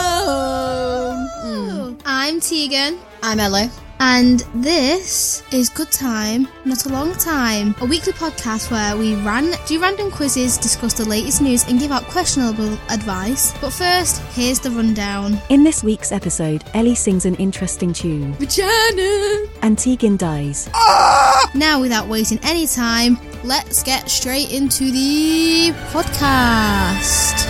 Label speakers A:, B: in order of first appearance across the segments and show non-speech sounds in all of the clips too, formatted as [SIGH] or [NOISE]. A: Hello!
B: I'm Tegan,
A: Hmm. I'm Ella.
B: and this is Good Time, Not a Long Time, a weekly podcast where we ran, do random quizzes, discuss the latest news, and give out questionable advice. But first, here's the rundown.
C: In this week's episode, Ellie sings an interesting tune,
B: Vagina!
C: and Tegan dies.
B: Now, without wasting any time, let's get straight into the podcast.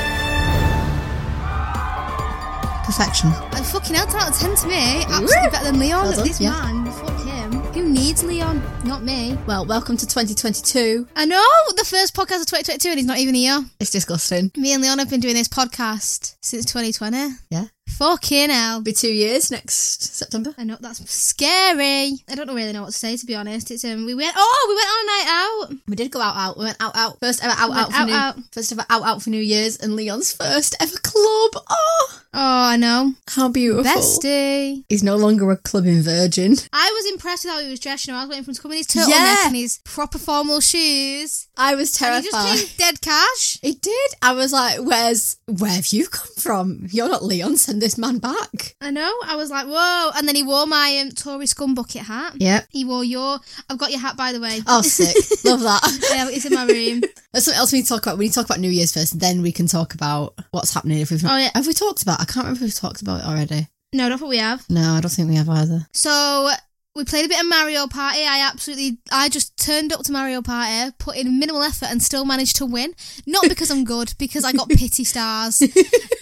A: Perfection.
B: And fucking hell, 10 out of 10 to me. Absolutely better than Leon.
A: Well done,
B: this
A: yeah.
B: man, fuck him. Who needs Leon? Not me.
A: Well, welcome to 2022.
B: I know the first podcast of 2022, and he's not even here.
A: It's disgusting.
B: Me and Leon have been doing this podcast since 2020.
A: Yeah.
B: Fucking hell.
A: Be two years next September.
B: I know that's scary. I don't really know what to say to be honest. It's um we went oh we went on a night out.
A: We did go out, out. We went out, out. First ever out,
B: We
A: out
B: went
A: for
B: out,
A: new,
B: out.
A: first ever out, out for New Year's, and Leon's first ever club. Oh,
B: Oh I know.
A: how beautiful!
B: Bestie.
A: He's no longer a clubbing virgin.
B: I was impressed with how he was dressed, you know, I was waiting for him to come in his turtleneck
A: Yeah.
B: and his proper formal shoes.
A: I was
B: And he just
A: terrified.
B: came dead cash.
A: He did. I was like, "Where's where have you come from? You're not Leon. Send this man back."
B: I know. I was like, whoa. And then he wore my um, Tory scum bucket hat.
A: Yep.
B: He wore your I've got your hat by the way. [LAUGHS]
A: Oh, sick. Love that.
B: yeah, it's in my
A: [LAUGHS]
B: room.
A: There's something else we need to talk about. We need to talk about New Year's first, then we can talk about what's happening. If we've not,
B: Oh, yeah.
A: have we talked about? I can't remember if we've talked about it already.
B: No, not what we have.
A: No, I don't think we have either.
B: So we played a bit of Mario Party. I absolutely, I just turned up to Mario Party, put in minimal effort, and still managed to win. Not because I'm good, because I got pity
A: [LAUGHS]
B: stars.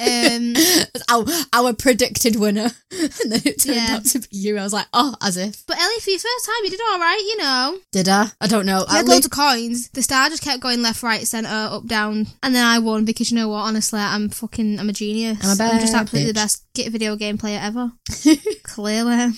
B: Um,
A: Our, our predicted winner, [LAUGHS] and then it turned
B: Yeah.
A: out to be you. I was like, oh, as if
B: but Ellie, for your first time, you did all right. You know,
A: did I? I don't know.
B: you
A: I
B: had
A: li-
B: loads of coins. The star just kept going left, right, center, up, down, and then I won because you know what? Honestly, I'm fucking, I'm a genius.
A: I'm a
B: just
A: bad
B: absolutely the
A: bitch.
B: best get video game player
A: [LAUGHS]
B: ever. Clearly, [LAUGHS]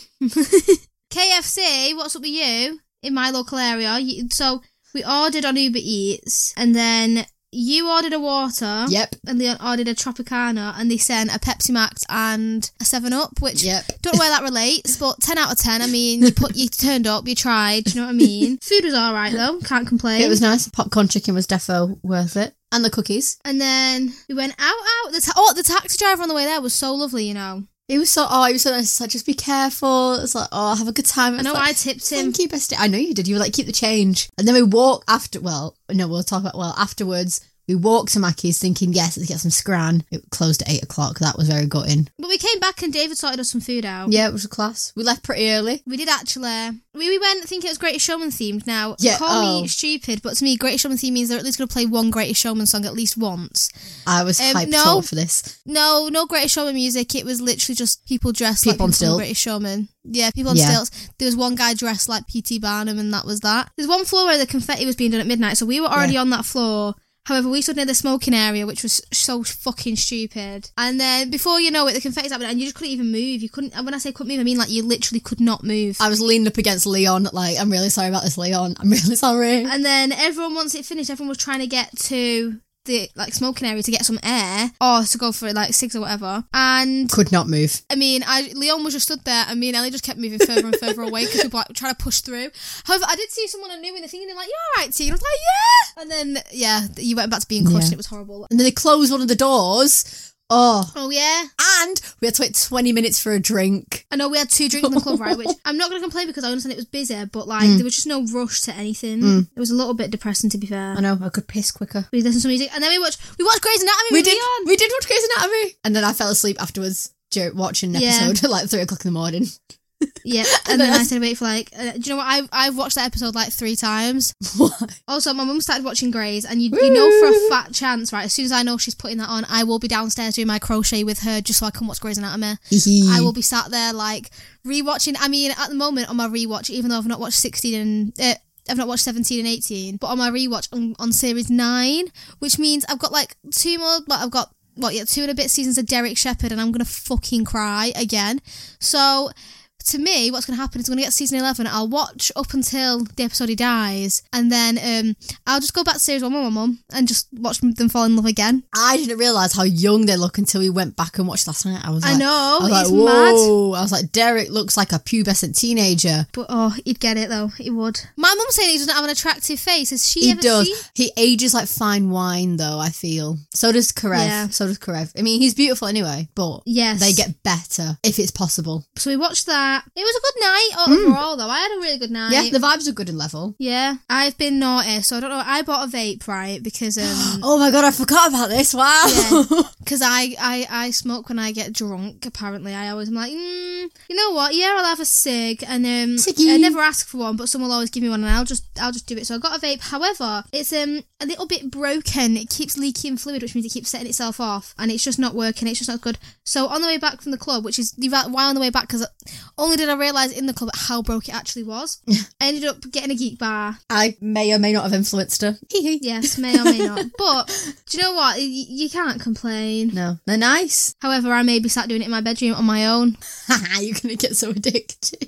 B: KFC. What's up with you in my local area? You, so we ordered on Uber Eats, and then you ordered a water.
A: Yep.
B: And Leon ordered a Tropicana, and they sent a Pepsi Max and a Seven Up, which
A: Yep.
B: don't know where that relates, but ten out of ten. I mean, you put, you turned up, you tried. Do you know what I mean? [LAUGHS] Food was all right though, can't complain.
A: It was nice. The popcorn chicken was defo worth it, and the cookies.
B: And then we went out, out. The ta- oh, the taxi driver on the way there was so lovely, you know.
A: It was so. Oh, it was so nice. It's like just be careful. It's like oh, have a good time.
B: I
A: It's
B: know
A: like,
B: I tipped him.
A: Thank you, bestie. I know you did. You were like, keep the change. And then we walk after, well, no, we'll talk about, well, afterwards, we walked to Mackey's thinking, yes, let's get some scran. It closed at eight o'clock. That was very gutting.
B: But we came back and David sorted us some food out.
A: Yeah, it was a class. We left pretty early.
B: We did actually. We, we went thinking it was Greatest Showman themed. Now,
A: Yeah,
B: call
A: oh.
B: me stupid, but to me, Greatest Showman theme means they're at least going to play one Greatest Showman song at least once.
A: I was
B: Um,
A: hyped
B: no.
A: up for this.
B: No, no Greatest Showman music. It was literally just people dressed
A: People
B: like
A: on
B: people from
A: stilts.
B: Greatest Showman. Yeah, people on
A: Yeah.
B: stilts. There was one guy dressed like P.T. Barnum, and that was that. There's one floor where the confetti was being done at midnight, so we were already on that floor. However, we stood near the smoking area, which was so fucking stupid. And then before you know it, the confetti's happening, and you just couldn't even move. You couldn't. And when I say couldn't move, I mean like you literally could not move.
A: I was leaning up against Leon, like, I'm really sorry about this, Leon. I'm really [LAUGHS] sorry.
B: And then everyone, once it finished, everyone was trying to get to the like smoking area to get some air or to go for like six or whatever. And
A: Could not move.
B: I mean, I Leon was just stood there, and me and Ellie just kept moving further and further away because we were like, trying to push through. However, I did see someone I knew in the thing, and they're like, "You're all right, T." And I was like, "Yeah." And then yeah, th- you went back to being crushed,
A: Yeah.
B: and it was horrible.
A: And then they closed one of the doors. Oh.
B: Oh yeah.
A: And we had to wait 20 minutes for a drink.
B: I know we had two drinks in the club, right?
A: [LAUGHS]
B: Which I'm not going to complain because I understand it was busy, but
A: Mm.
B: like there was just no rush to anything. It was a little bit depressing, to be fair.
A: I know, I could piss quicker.
B: We listened to music, and then we watched we watched Grey's Anatomy.
A: we
B: with
A: did
B: Leon.
A: we did watch Grey's Anatomy, and then I fell asleep afterwards dur- watching an
B: Yeah.
A: [LAUGHS] episode at like three o'clock in the morning.
B: Yeah, and then I said wait for like. Uh, do you know what? I've I've watched that episode like three times.
A: What?
B: Also, my mum started watching Grays, and you you know for a fat chance, right? As soon as I know she's putting that on, I will be downstairs doing my crochet with her just so I can watch Grays Anatomy. I will be sat there like rewatching. I mean, at the moment on my rewatch, even though I've not watched sixteen and. Uh, I've not watched 17 and 18, but on my rewatch on, on series 9, which means I've got like two more, but I've got, what, yeah, two and a bit seasons of Derek Shepherd, and I'm going to fucking cry again. So to me, what's going to happen is I'm going to get season 11. I'll watch up until the episode he dies, and then um, I'll just go back to series one with my mum and just watch them fall in love again.
A: I didn't realize how young they look until we went back and watched last night. I was
B: I
A: like,
B: know,
A: I was like,
B: it's mad.
A: whoa. I was like, Derek looks like a pubescent teenager.
B: But oh, he'd get it though. He would. My mum's saying he doesn't have an attractive face. Has she
A: He
B: ever
A: does.
B: seen?
A: He ages like fine wine, though. I feel so does Karev.
B: Yeah.
A: So does Karev. I mean, he's beautiful anyway, but
B: Yes.
A: they get better if it's possible.
B: So we watched that. It was a good night overall, though. I had a really good night.
A: Hmm. Yeah, the vibes are good and level.
B: Yeah. I've been naughty, so I don't know. I bought a vape, right? Because um,
A: Oh my god, I forgot about this. Wow.
B: Yeah. Because I, I, I smoke when I get drunk, apparently. I always am like, mm, you know what? Yeah, I'll have a cig. And um,
A: Ciggy.
B: I never ask for one, but someone will always give me one and I'll just I'll just do it. So I got a vape. However, it's um a little bit broken. It keeps leaking fluid, which means it keeps setting itself off. And it's just not working. It's just not good. So on the way back from the club, which is the ra- why on the way back, because only did I realise in the club how broke it actually
A: [LAUGHS]
B: was. I ended up getting a geek bar.
A: [LAUGHS] I may or may not have influenced her. Hee hee.
B: Yes, may or may
A: [LAUGHS]
B: not. But do you know what? Y- you can't complain.
A: No, they're nice. [LAUGHS]
B: However, I may be sat doing it in my bedroom on my own.
A: You're gonna get so addicted.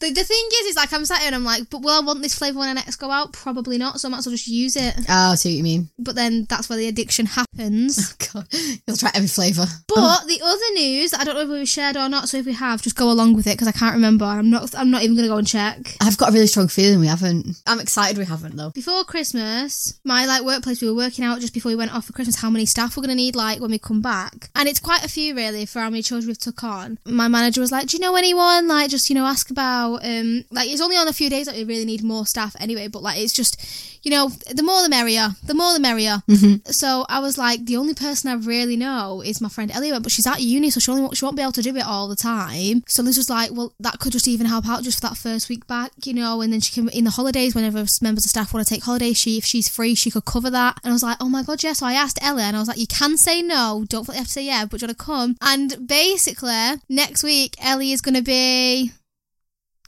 B: The, the thing is, is like I'm sat here and I'm like, but will I want this flavour when I next go out? Probably not, so I might as well just use it.
A: [LAUGHS] Oh, I see what you mean.
B: But then that's where the addiction
A: [LAUGHS]
B: happens.
A: God, you'll try every flavour.
B: But the other news, I don't know if we shared or not, so if we have, just go along with it because I can't remember. I'm not I'm not even gonna go and check.
A: I've got a really strong feeling we haven't. I'm excited we haven't though.
B: Before Christmas, my like workplace, we were working out just before we went off for Christmas how many staff we're going to need like when we come back, and it's quite a few really for how many children we've took on. My manager was like, "Do you know anyone? Like, just you know, ask about um like it's only on a few days that we really need more staff anyway, but like it's just you know the more the merrier, the more the merrier." So I was like, the only person I really know is my friend Elliot, but she's at uni, so she only won't, she won't be able to do it all the time. So Liz was like, well, that could just even help out just for that first week back, you know. And then she can in the holidays whenever members of staff want to take holidays, she if she's free, she could cover that. And I was like, oh my god, yeah. So I asked Elliot, and I was like, you can say no, don't feel like you have to say yeah, but do you want to come? And basically, next week Ellie is going to be.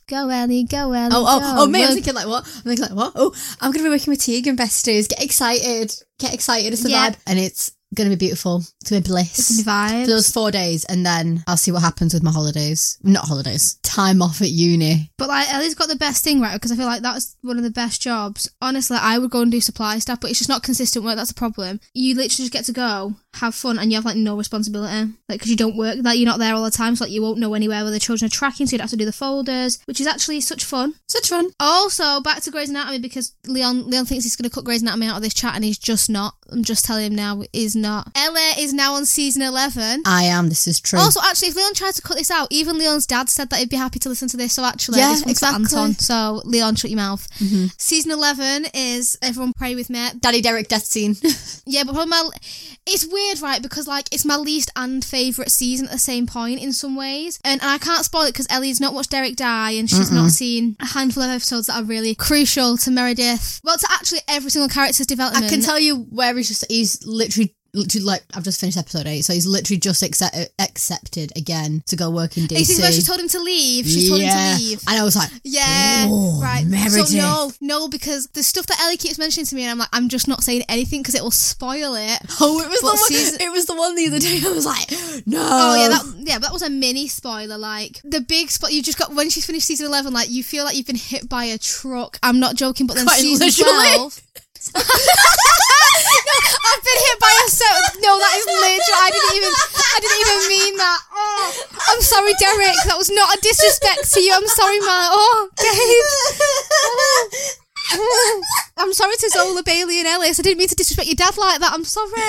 B: Go Ellie, go Ellie.
A: Oh, oh,
B: go.
A: oh, me! I'm
B: We're
A: thinking like what? I'm thinking like what? Oh, I'm gonna be working with Teagan besties. Get excited! Get excited! It's the
B: Yeah.
A: vibe, and it's gonna be beautiful. It's gonna be bliss.
B: gonna be
A: for
B: vibes.
A: those four days, and then I'll see what happens with my holidays. Not holidays, time off at uni.
B: But like Ellie's got the best thing right because I feel like that's one of the best jobs. Honestly, I would go and do supply stuff, but it's just not consistent work. That's a problem. You literally just get to go, have fun, and you have like no responsibility, like because you don't work. Like you're not there all the time, so like you won't know anywhere where the children are tracking, so you'd have to do the folders, which is actually such fun.
A: Such fun.
B: Also, back to Grey's Anatomy because Leon Leon thinks he's going to cut Grey's Anatomy out of this chat, and he's just not. I'm just telling him now, he's not. Ella is now on season eleven.
A: I am. This is true.
B: Also, actually, if Leon tried to cut this out, even Leon's dad said that he'd be happy to listen to this. So actually,
A: Yeah,
B: this one's for
A: exactly. Mm-hmm.
B: Anton. So Leon, shut your mouth. Season eleven is everyone pray with me.
A: Daddy Derek death [LAUGHS] scene.
B: Yeah, but probably my, it's weird, right? Because like it's my least and favorite season at the same point in some ways, and, and I can't spoil it because Ellie's not watched Derek die, and she's not seen a handful of episodes that are really crucial to Meredith. Well, to actually every single character's development.
A: I can tell you where he's just. He's literally. Literally, like I've just finished episode eight, so he's literally just accept- accepted again to go work in DC.
B: This is where she told him to leave. She told him to leave.
A: And I was like,
B: Yeah,
A: Oh,
B: right.
A: Meredith.
B: So no, no, because the stuff that Ellie keeps mentioning to me, and I'm like, I'm just not saying anything because it will spoil it.
A: [LAUGHS] oh, it was
B: But
A: the one.
B: season-
A: It was the one the other day. I was like, no.
B: Oh yeah, that yeah, but that was a mini spoiler. Like the big spoiler, you just got when she's finished season eleven, like you feel like you've been hit by a truck. I'm not joking, but then
A: Quite
B: season
A: literally. [LAUGHS]
B: twelve. I've been hit by a so. No, that is literal. I didn't even. I didn't even mean that. Oh, I'm sorry, Derek. That was not a disrespect to you. I'm sorry, man. Oh, babe. I'm sorry to Zola Bailey and Ellis. I didn't mean to disrespect your dad like that. I'm sorry.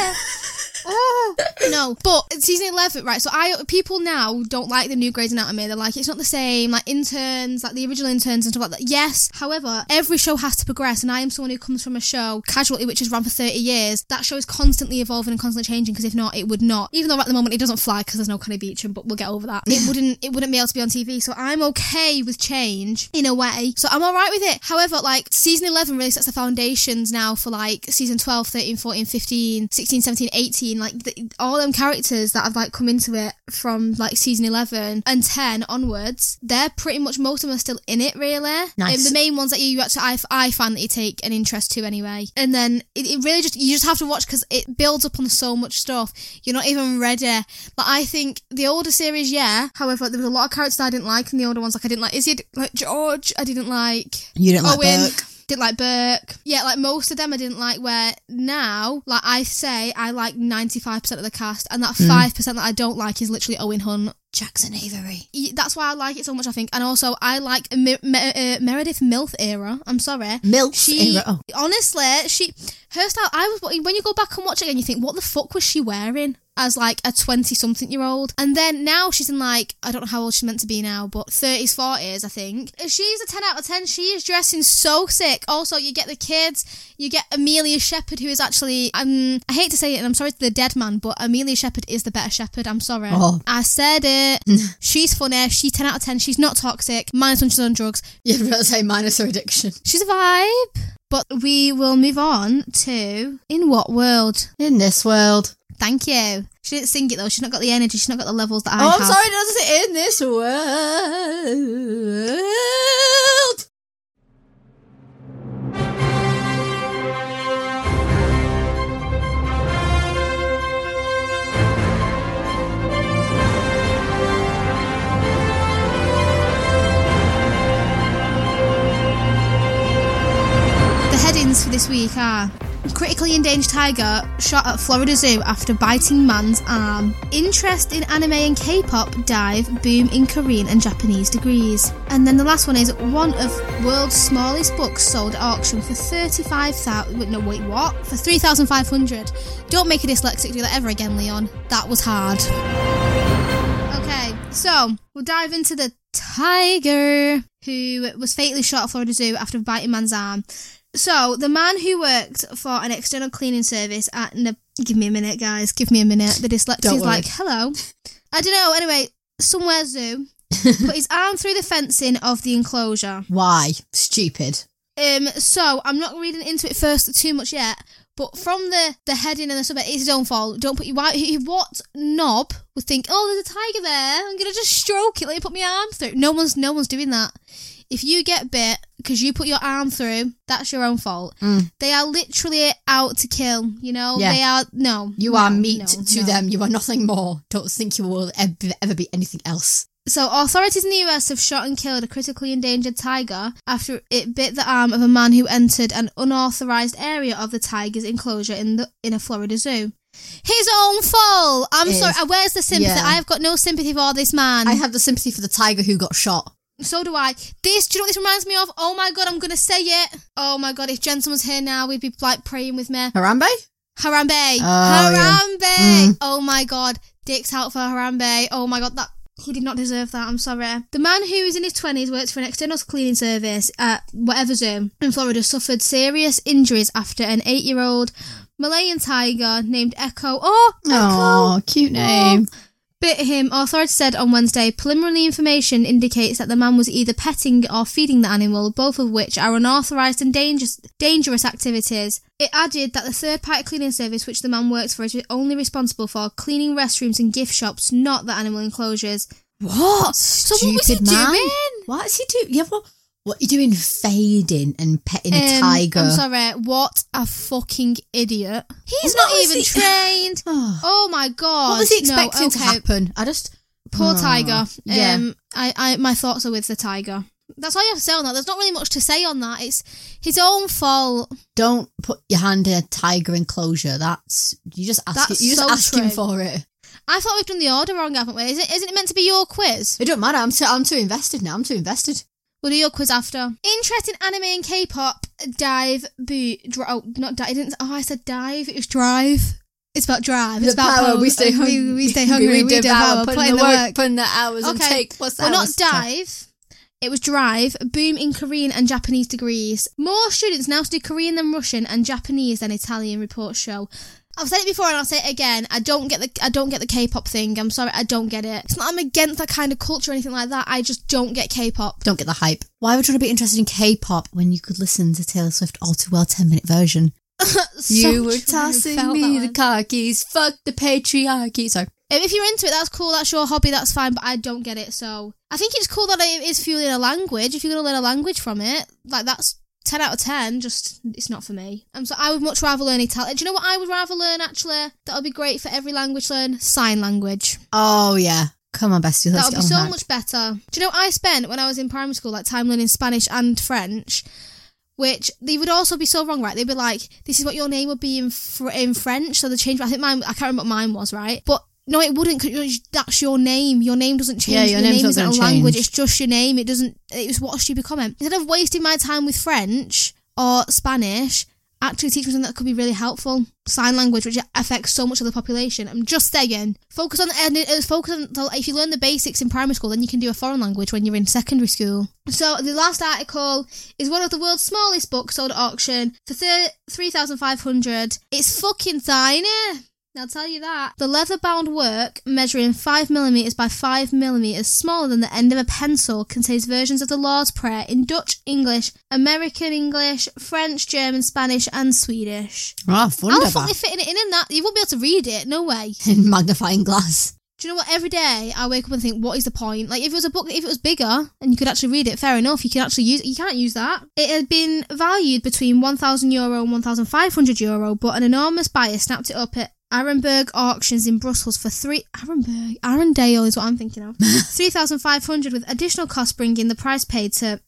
B: no, but it's season eleven, right? So I people now don't like the new Grey's Anatomy. They're like, it's not the same. Like interns, like the original interns and stuff like that. Yes, however, every show has to progress, and I am someone who comes from a show Casualty, which has run for thirty years. That show is constantly evolving and constantly changing because if not, it would not. Even though at the moment it doesn't fly because there's no Connie Beecham, but we'll get over that. It wouldn't. It wouldn't be able to be on TV. So I'm okay with change in a way. So I'm all right with it. However, like season eleven really sets the foundations now for like season 12, 13, 14, 15, 16, 17, 18, like the, all them characters that have like come into it from like season 11 and 10 onwards, they're pretty much, most of them are still in it really.
A: Nice.
B: Um, the main ones that you actually, I, I find that you take an interest to anyway. And then it, it really just, you just have to watch because it builds up on so much stuff. You're not even ready. Like I think the older series, yeah. However, there was a lot of characters that I didn't like in the older ones. Like I didn't like, is it like George? I didn't like.
A: [LAUGHS] You didn't like
B: Owen.
A: Burke.
B: Didn't like Burke. Yeah, like most of them I didn't like. Where now, like I say, I like 95% of the cast, and
A: Hmm.
B: that 5% that I don't like is literally Owen Hunt.
A: Jackson Avery.
B: Y- That's why I like it so much, I think. And also, I like Mer- Mer- uh, Meredith Milth era. I'm sorry.
A: Milf
B: She
A: era. Oh.
B: honestly, she her style. I was when you go back and watch it again, you think, what the fuck was she wearing as like a twenty something year old? And then now she's in like I don't know how old she's meant to be now, but thirties, forties, I think. She's a ten out of ten. She is dressing so sick. Also, you get the kids, you get Amelia Shepherd, who is actually um I hate to say it, and I'm sorry to the dead man, but Amelia Shepherd is the better Shepherd. I'm sorry,
A: Oh.
B: I said it. she's funny. She's ten out of ten. She's not toxic. Minus when she's on drugs.
A: You'd rather say minus her addiction.
B: She's a vibe. But we will move on to In What World?
A: In this world.
B: Thank you. She didn't sing it though. She's not got the energy. She's not got the levels that I
A: oh,
B: have.
A: I'm sorry, it doesn't say in this world.
B: The headings for this week are Critically endangered tiger shot at Florida Zoo after biting man's arm. Interest in anime and K pop dive boom in Korean and Japanese degrees. And then the last one is one of world's smallest books sold at auction for 35,000. No, wait, what? For 3,500. Don't make a dyslexic do that ever again, Leon. That was hard. Okay, so we'll dive into the tiger who was fatally shot at Florida Zoo after biting man's arm. So the man who worked for an external cleaning service at Ne- give me a minute, guys, give me a minute. The
A: Don't
B: dyslexia's
A: worry.
B: like, hello. I don't know. Anyway, somewhere
A: [LAUGHS]
B: zoo put his arm through the fencing of the enclosure.
A: Why? Stupid.
B: Um, so I'm not reading into it first too much yet, but from the the heading and the sub, it's his own fault. Don't put your why. he- What knob would think? Oh, there's a tiger there. I'm gonna just stroke it. Let me put my arm through. No one's no one's doing that. If you get bit because you put your arm through, that's your own fault. They are literally out to kill. You know,
A: Mm. Yeah.
B: they are no.
A: You
B: no,
A: are meat
B: no,
A: to
B: no.
A: them. You are nothing more. Don't think you will ever, ever be anything else.
B: So, authorities in the US have shot and killed a critically endangered tiger after it bit the arm of a man who entered an unauthorized area of the tiger's enclosure in the in a Florida zoo. His own fault. I'm
A: It
B: sorry.
A: is.
B: uh, Where's the sympathy?
A: Yeah.
B: I have got no sympathy for this man.
A: I have the sympathy for the tiger who got shot.
B: so do I. This. Do you know what this reminds me of? Oh my god! I'm gonna say it. Oh my god! If Jensen was here now, we'd be like praying with me.
A: Harambe?
B: Harambe.
A: yeah.
B: Harambe.
A: Mm.
B: Oh my god. Dick's out for Harambe. Oh my god, that he did not deserve that. I'm sorry. The man who is in his 20s works for an external cleaning service at whatever zoo in Florida suffered serious injuries after an 8-year-old Malayan tiger named Echo. Oh, Echo
A: Oh, cute name.
B: bit him. Authorities said on Wednesday, preliminary information indicates that the man was either petting or feeding the animal, both of which are unauthorised and dangerous, dangerous activities. It added that the third-party cleaning service which the man works for is only responsible for cleaning restrooms and gift shops, not the animal enclosures.
A: What?
B: So what was he
A: Stupid man.
B: doing?
A: What is he doing? Yeah, what? What are you doing? Fading and petting a
B: Um,
A: tiger.
B: I'm sorry. What a fucking idiot. He's
A: What
B: not
A: was
B: even
A: he- [LAUGHS]
B: trained.
A: Oh.
B: Oh my god.
A: what was he
B: No,
A: expecting to
B: okay.
A: happen? I just
B: Poor
A: Oh,
B: tiger.
A: yeah.
B: Um, I, I, my thoughts are with the tiger. That's all you have to say on that. There's not really much to say on that. It's his own fault.
A: don't put your hand in a tiger enclosure. That's you just ask
B: That's
A: it. You just
B: so
A: asking
B: true.
A: for it.
B: I thought we've done the order wrong, haven't we? Is it, isn't it meant to be your quiz?
A: It don't matter. I'm too. I'm too invested now. I'm too invested.
B: We'll do your quiz after. Interest in anime and K-pop. Dive, boo, dr- oh, not dive. It didn't, oh, I said dive. It was drive. It's about drive.
A: The
B: It's about
A: power,
B: hung-
A: we stay hungry.
B: [LAUGHS] We, we stay hungry. We, do devour. Put in the work.
A: Put in the hours and take what's that?
B: well, not dive. It was drive. Boom in Korean and Japanese degrees. More students now study Korean than Russian and Japanese than Italian. Reports show. I've said it before and I'll say it again. I don't get the I don't get the K-pop thing. I'm sorry, I don't get it. It's not I'm against that kind of culture or anything like that. I just don't get K-pop.
A: Don't get the hype. Why would you want to be interested in K-pop when you could listen to Taylor Swift All Too Well 10-minute version?
B: So
A: you were
B: true.
A: tossing
B: Felt that
A: me the
B: one.
A: car keys. Fuck the patriarchy. Sorry.
B: Um, If you're into it, that's cool. That's your hobby. That's fine. But I don't get it. So I think it's cool that it is fueling a language. If you're gonna learn a language from it, like that's ten out of ten. Just it's not for me. Um, so I would much rather learn Italian. Do you know what I would rather learn? Actually, that would be great for every language. Learn sign language.
A: Oh yeah. Come on, bestie.
B: that
A: Let's
B: would
A: get
B: be
A: on
B: so
A: that.
B: much better. Do you know what I spent when I was in primary school? Like time learning Spanish and French. Which they would also be so wrong, right? They'd be like, "This is what your name would be in fr- in French." So they changed. I think mine. I can't remember what mine was, right? But no, it wouldn't because that's your name. Your name doesn't change.
A: Yeah, your name's not
B: isn't
A: gonna
B: a language.
A: change.
B: It's just your name. It doesn't. It was what a stupid comment. Instead of wasting my time with French or Spanish, actually teach me something that could be really helpful. Sign language, which affects so much of the population. I'm just saying, focus on and it- it's focus on. so If you learn the basics in primary school, then you can do a foreign language when you're in secondary school. So the last article is one of the world's smallest books sold at auction for thir- three thousand five hundred. It's fucking tiny. I'll tell you that. The leather bound work, measuring 5mm by 5mm, smaller than the end of a pencil, contains versions of the Lord's Prayer in Dutch, English, American English, French, German, Spanish, and Swedish.
A: Ah,
B: How the fuck they
A: wunderbar.
B: fitting it in in that? You won't be able to read it, no way.
A: In [LAUGHS] magnifying glass.
B: Do you know what? Every day I wake up and think, what is the point? Like, if it was a book, if it was bigger and you could actually read it, fair enough. You could actually use it. You can't use that. It had been valued between 1,000 euro and 1,500 euro, but an enormous buyer snapped it up at Arenberg Auctions in Brussels for three. Arenberg? Arendale is what I'm thinking of. 3,500 with additional costs bringing the price paid to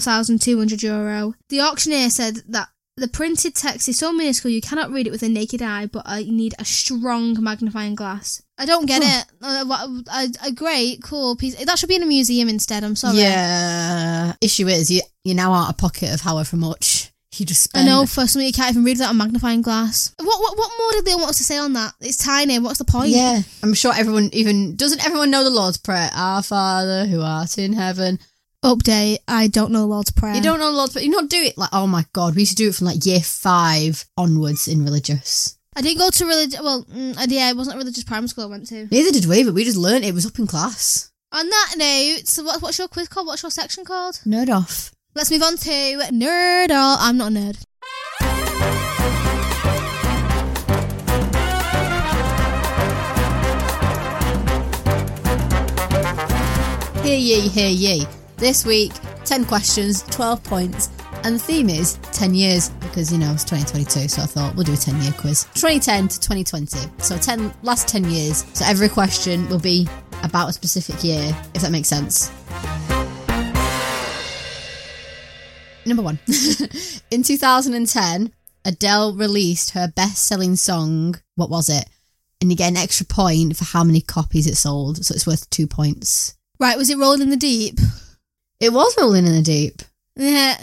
B: 4,200 euro. The auctioneer said that the printed text is so minuscule you cannot read it with a naked eye, but I need a strong magnifying glass. I don't get it. Uh, what- A, a great, cool piece. That should be in a museum instead. I'm sorry.
A: Yeah. Issue is you you're now out of pocket of however much you just
B: I
A: spent.
B: know for something you can't even read without a magnifying glass. What what what more did they want us to say on that? It's tiny. What's the point?
A: Yeah, I'm sure everyone even doesn't everyone know the Lord's Prayer. Our Father who art in heaven.
B: Update. I don't know Lord's prayer.
A: You don't know the Lord's Prayer. You not do it like oh my god. We used to do it from like year five onwards in religious.
B: I didn't go to religious. Well, mm, I- yeah, it wasn't a religious primary school I went to.
A: Neither did we, but we just learnt it was up in class.
B: On that note, so what, what's your quiz called? What's your section called?
A: Nerd off.
B: Let's move on to nerd. All I'm not a nerd.
A: Hear ye, hear ye. This week, 10 questions, 12 points, and the theme is 10 years because, you know, it's 2022, so I thought we'll do a 10 year quiz. 2010 to 2020. So 10, last 10 years. So every question will be about a specific year, if that makes sense. Number one. [LAUGHS] In 2010, Adele released her best selling song. What was it? And you get an extra point for how many copies it sold. So it's worth two points.
B: Right, was it Rolling in the Deep?
A: It was rolling in the deep.
B: Yeah.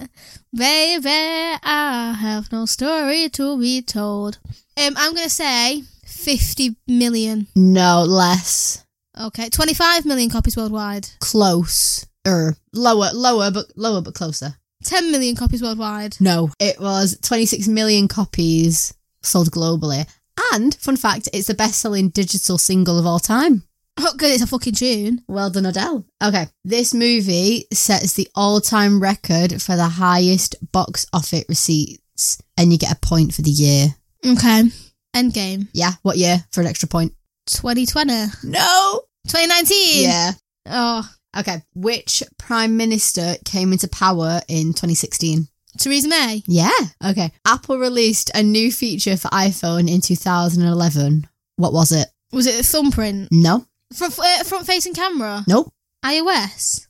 B: Baby, I have no story to be told. Um, I'm going to say 50 million.
A: No, less.
B: Okay, 25 million copies worldwide.
A: Close. Er, lower, lower, but lower, but closer.
B: 10 million copies worldwide.
A: No, it was 26 million copies sold globally. And, fun fact, it's the best selling digital single of all time.
B: Oh, good, it's a fucking tune.
A: Well done, Adele. Okay. This movie sets the all time record for the highest box office receipts, and you get a point for the year.
B: Okay. Endgame.
A: Yeah, what year? For an extra point.
B: 2020.
A: No!
B: 2019.
A: Yeah.
B: Oh,
A: Okay. Which prime minister came into power in 2016?
B: Theresa May.
A: Yeah. Okay. Apple released a new feature for iPhone in 2011. What was it?
B: Was it a thumbprint?
A: No.
B: Front, uh, front facing camera?
A: Nope.
B: iOS?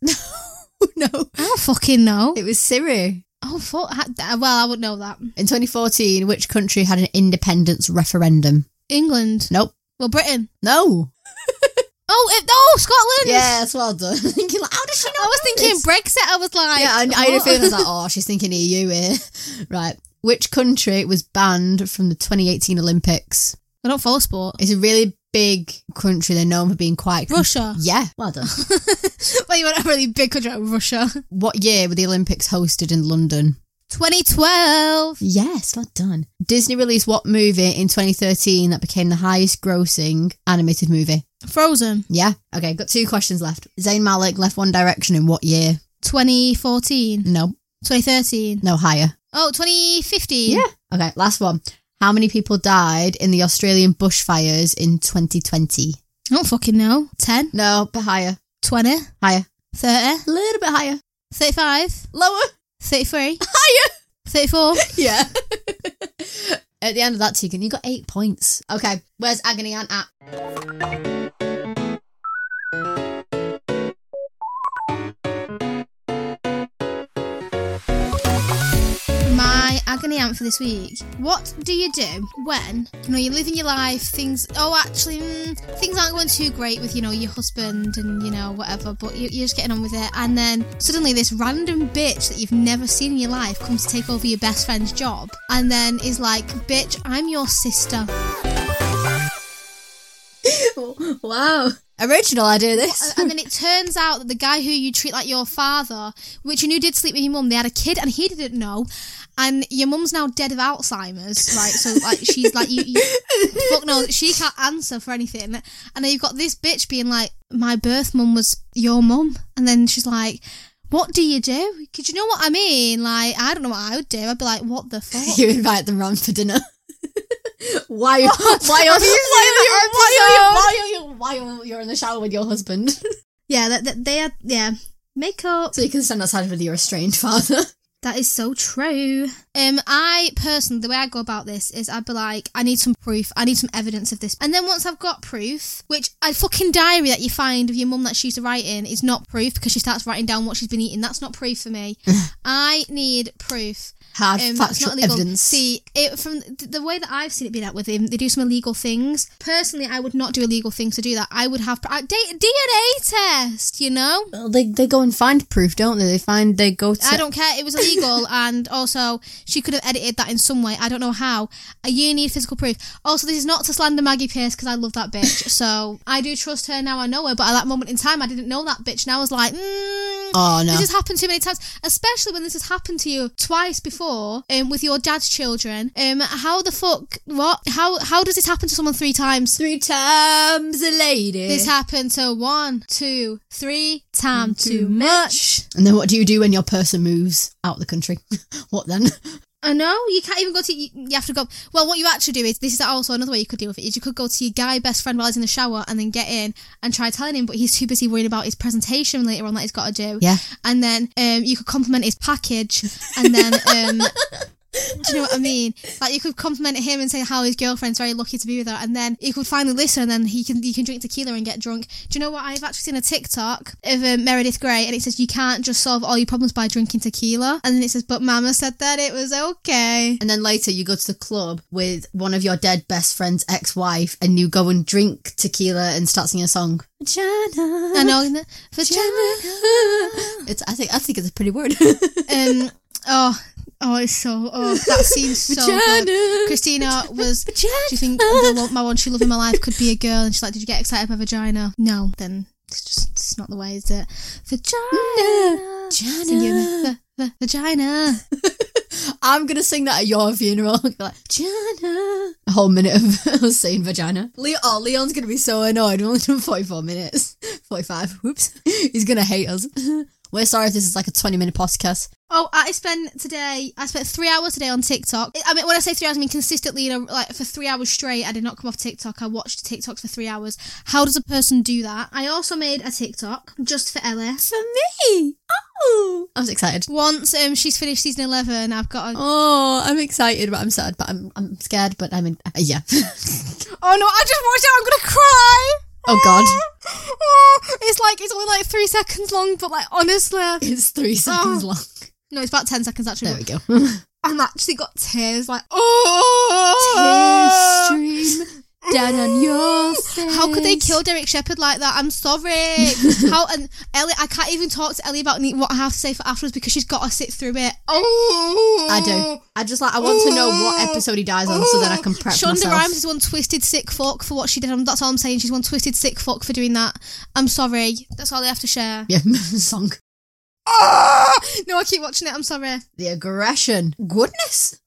A: [LAUGHS] no.
B: I don't fucking know.
A: It was Siri.
B: Oh, fuck. I- Well, I would know that.
A: In 2014, which country had an independence referendum?
B: England.
A: Nope.
B: Well, Britain.
A: No.
B: Oh, it, oh, Scotland.
A: Yes, well done. [LAUGHS] You're like, How does she know?
B: I was
A: this?
B: thinking Brexit. I was like,
A: Yeah, I, I had a
B: what?
A: feeling
B: [LAUGHS]
A: I was like, oh, she's thinking [LAUGHS] EU here. Right. Which country was banned from the 2018 Olympics?
B: I don't follow sport.
A: It's a really big country. They're known for being quite. con- [LAUGHS]
B: Russia. [LAUGHS]
A: yeah, well done.
B: well, you went a really big country like Russia.
A: what year were the Olympics hosted in London?
B: 2012.
A: Yes, well done. Disney released what movie in 2013 that became the highest grossing animated movie?
B: Frozen.
A: Yeah. Okay, got two questions left. Zayn Malik left One Direction in what year?
B: 2014.
A: No,
B: 2013.
A: no higher.
B: Oh, 2015.
A: Okay, last one. How many people died in the Australian bushfires in 2020?
B: I don't fucking know. 10,
A: No, but higher.
B: 20,
A: Eh, Higher. eh,
B: 30,
A: A little bit higher. [LAUGHS]
B: 35,
A: Lower.
B: 33,
A: [LAUGHS] Higher.
B: 34.
A: Yeah. At the end of that, Tegan, you got eight points. Okay, where's Agony Aunt at?
B: My agony aunt for this week. What do you do when you know you're living your life? Things oh, actually, mm, things aren't going too great with you know your husband and you know whatever, but you, you're just getting on with it. And then suddenly this random bitch that you've never seen in your life comes to take over your best friend's job, and then is like, "Bitch, I'm your sister."
A: wow. Original idea, this.
B: and then it turns out that the guy who you treat like your father, which you knew did sleep with your mum, they had a kid and he didn't know. And your mum's now dead of Alzheimer's, right? So like she's like you, you fuck no, she can't answer for anything. And then you've got this bitch being like, My birth mum was your mum and then she's like what do you do? Because you know what I mean? Like, I don't know what I would do. I'd be like, what the fuck?
A: [LAUGHS] you invite them round for dinner. [LAUGHS] why? Why are you? Why are you?
B: that
A: Why are you? Why are you? Why are you in the shower with your husband? [LAUGHS]
B: yeah, that, that, they are, yeah. Makeup.
A: so you can stand outside with your estranged [LAUGHS] father.
B: That is so true. Um, I personally, the way I go about this is I'd be like, I need some proof. I need some evidence of this. And then once I've got proof, which a fucking diary that you find of your mum that she used to write in is not proof because she starts writing down what she's been eating. That's not proof for
A: [LAUGHS]
B: me. I need proof.
A: Hard
B: Um, that's
A: factual
B: not illegal.
A: evidence.
B: See, it, from th- the way that I've seen it be dealt with, him, they do some illegal things. Personally, I would not do illegal things to do that. I would have pr- I- D- DNA test, you know.
A: Well, they they go and find proof, don't they? They find they go to.
B: I don't care. It was [LAUGHS] illegal, and also she could have edited that in some way. I don't know how. Uh, You need physical proof. Also, this is not to slander Maggie Pierce because I love that [LAUGHS] bitch. so I do trust her now. I know her, but at that moment in time, I didn't know that bitch, and I was like, mm,
A: Oh no.
B: this has happened too many times, especially when this has happened to you twice before um, with your dad's children. Um, how the fuck? What? How? How does this happen to someone three times?
A: Three times a lady.
B: This happened to one, two, three time too much.
A: and then what do you do when your person moves out the country? [LAUGHS] what then?
B: I know you can't even go to. You, you have to go. Well, what you actually do is this is also another way you could deal with it. Is you could go to your guy best friend while he's in the shower and then get in and try telling him, but he's too busy worrying about his presentation later on that he's got to do.
A: Yeah.
B: And then um, you could compliment his package, and then um, [LAUGHS] do you know what I mean? Like you could compliment him and say how his girlfriend's very lucky to be with her, and then you could finally listen, and then he can you can drink tequila and get drunk. Do you know what? I've actually seen a TikTok of um, Meredith Grey, and it says you can't just solve all your problems by drinking tequila, and then it says, but Mama said that it was okay.
A: And then later you go to the club with one of your dead best friend's ex-wife, and you go and drink tequila and start singing a song. Vagina.
B: I know, isn't it? Vagina.
A: It's. I think. I think it's a pretty [LAUGHS] word.
B: Um, oh, oh, it's so. Oh, that seems so
A: Vagina.
B: good. Christina was. Do you think "Oh, the, lo- my one she loved in my life could be a girl? And she's like, did you get excited by vagina? No, then it's just it's not the way, is it? Vagina. Singing the- the- the Vagina.
A: I'm gonna sing that at your funeral. [LAUGHS] Be like, vagina. A whole minute of [LAUGHS] us saying vagina. Leo, oh, Leon's gonna be so annoyed. We've only done 44 minutes. [LAUGHS] 45. Whoops. [LAUGHS] He's gonna hate us. [LAUGHS] We're sorry if this is like a 20 minute podcast.
B: Oh, I spent today. I spent three hours today on TikTok. I mean, when I say three hours, I mean consistently. You know, like for three hours straight, I did not come off TikTok. I watched TikToks for three hours. How does a person do that? I also made a TikTok just for Ella.
A: For me. Oh. I was excited.
B: Once um, she's finished season eleven, I've got. A- oh.
A: Oh, I'm excited, but I'm sad, but I'm, I'm scared, but I'm in. [LAUGHS] uh, yeah.
B: Oh, no! I just watched it. I'm gonna cry.
A: oh, God. [LAUGHS]
B: Oh, [LAUGHS] it's like it's only like three seconds long, but like honestly,
A: It's three seconds
B: Oh.
A: long.
B: no, it's about ten seconds actually.
A: There we go. [LAUGHS]
B: I've actually got tears. Like oh,
A: Tear stream down on your face.
B: How could they kill Derek Shepherd like that? I'm
A: [LAUGHS]
B: sorry. How and Ellie, I can't even talk to Ellie about ne- what I have to say for afterwards because she's got to sit through it. Oh,
A: I do. I just like I want to know what episode he dies on so that I can prep
B: Shonda
A: myself.
B: Rhimes is one twisted sick fuck for what she did. Um, That's all I'm saying. She's one twisted sick fuck for doing that. I'm sorry. That's all I have to share.
A: Yeah, [LAUGHS] song.
B: No, I keep watching it. I'm sorry.
A: The aggression.
B: [LAUGHS]
A: Goodness.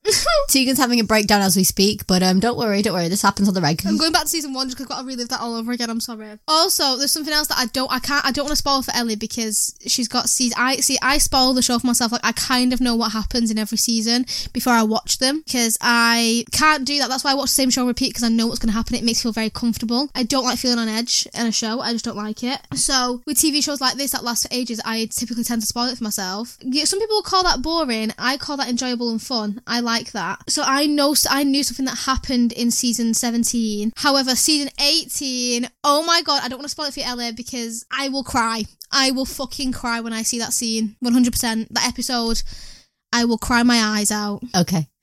A: Tegan's having a breakdown as we speak, but um, don't worry, don't worry. This happens on the reg.
B: I'm going back to season one just 'cause I've got to relive that all over again. I'm sorry. Also, there's something else that I don't, I can't, I don't want to spoil for Ellie because she's got season. I see, I spoil the show for myself. Like I kind of know what happens in every season before I watch them because I can't do that. That's why I watch the same show repeat because I know what's going to happen. It makes me feel very comfortable. I don't like feeling on edge in a show. I just don't like it. So with TV shows like this that last for ages, I typically tend to spoil it for myself. Yeah, Some people call that boring. I call that enjoyable and fun. I like that. So I know I knew something that happened in season 17. However, season 18, oh my god, I don't want to spoil it for you, Ella, because I will cry. I will fucking cry when I see that scene. 100%. That episode, I will cry my eyes out.
A: Okay. [LAUGHS]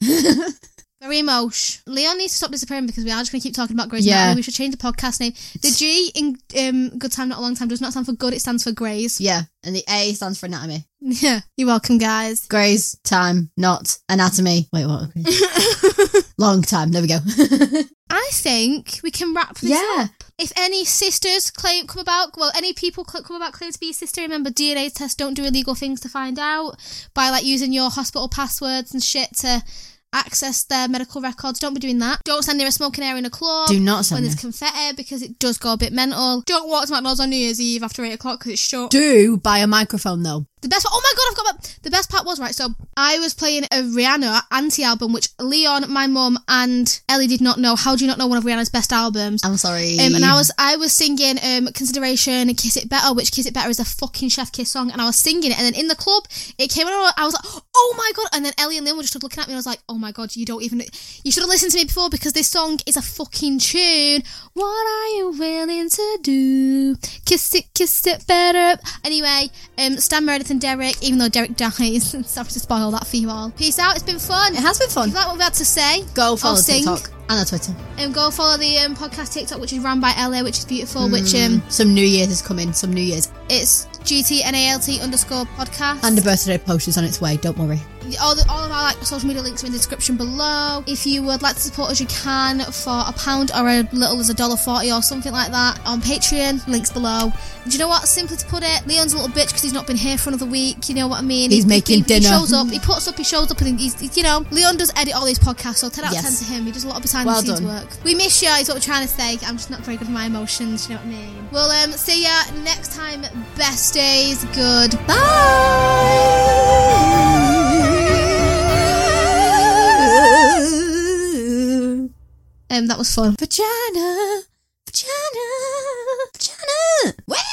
B: Very emotion. Leon needs to stop disappearing because we are just going to keep talking about Grey's
A: Yeah.
B: Anatomy. We should change the podcast name. The G in um, Good Time Not a Long Time does not stand for good, it stands for Grey's.
A: Yeah, and the A stands for anatomy.
B: Yeah. You're welcome, guys.
A: Grey's time, not anatomy. Wait, what?
B: [LAUGHS]
A: Long time. There we go. [LAUGHS]
B: I think we can wrap this
A: Yeah.
B: up. If any sisters claim come about, well, any people cl- come about claim to be a sister, remember DNA tests don't do illegal things to find out by like using your hospital passwords and shit to access their medical records. Don't be doing that. Don't stand near a smoking area in a club.
A: Do not stand
B: when there's
A: near.
B: confetti because it does go a bit mental. Don't walk to McDonald's on New Year's Eve after eight o'clock because it's shut.
A: Do buy a microphone though.
B: The best part, oh my god, I've got my, the best part was right. So I was playing a Rihanna anti album, which Leon, my mum, and Ellie did not know. How do you not know one of Rihanna's best albums?
A: I'm sorry.
B: Um, and I was I was singing um, "Consideration" and "Kiss It Better," which "Kiss It Better" is a fucking Chef Kiss song, and I was singing it. And then in the club, it came on. I was like, "Oh my god!" And then Ellie and Lynn were just looking at me, and I was like, "Oh my god, you don't even you should have listened to me before because this song is a fucking tune. What are you willing to do? Kiss it, kiss it better." Anyway, um, Stan Meredith and Derek, even though Derek dies, [LAUGHS] sorry to spoil that for you all. Peace out. It's been fun.
A: It has been fun.
B: If you like what we had to say,
A: Go
B: or
A: follow
B: sing,
A: TikTok and the Twitter.
B: um, go follow the um, podcast TikTok, which is run by Ella, which is beautiful. Which um,
A: Some New Year's is coming. Some New Year's
B: it's GTNALT underscore podcast.
A: and a birthday post is on its way. Don't worry.
B: all, the, all of our like social media links are in the description below. If you would like to support us, you can for a pound or a little as a dollar forty or something like that on Patreon. Links below. Do you know what? Simply to put it, Leon's a little bitch because he's not been here for another week. You know what I mean?
A: He's
B: He-
A: making
B: he,
A: dinner.
B: He shows up. He puts up. He shows up, and he's he's- you know Leon does edit all these podcasts. So ten out
A: Yes.
B: of ten to him. He does a lot of behind
A: Well
B: the scenes
A: done.
B: work. We miss you. Is what we're trying to say. I'm just not very good with my emotions. You know what I mean? Well, um, see ya next time. Best days. Good. Um, that was fun. Um,
A: Vagina, vagina, vagina. Wow.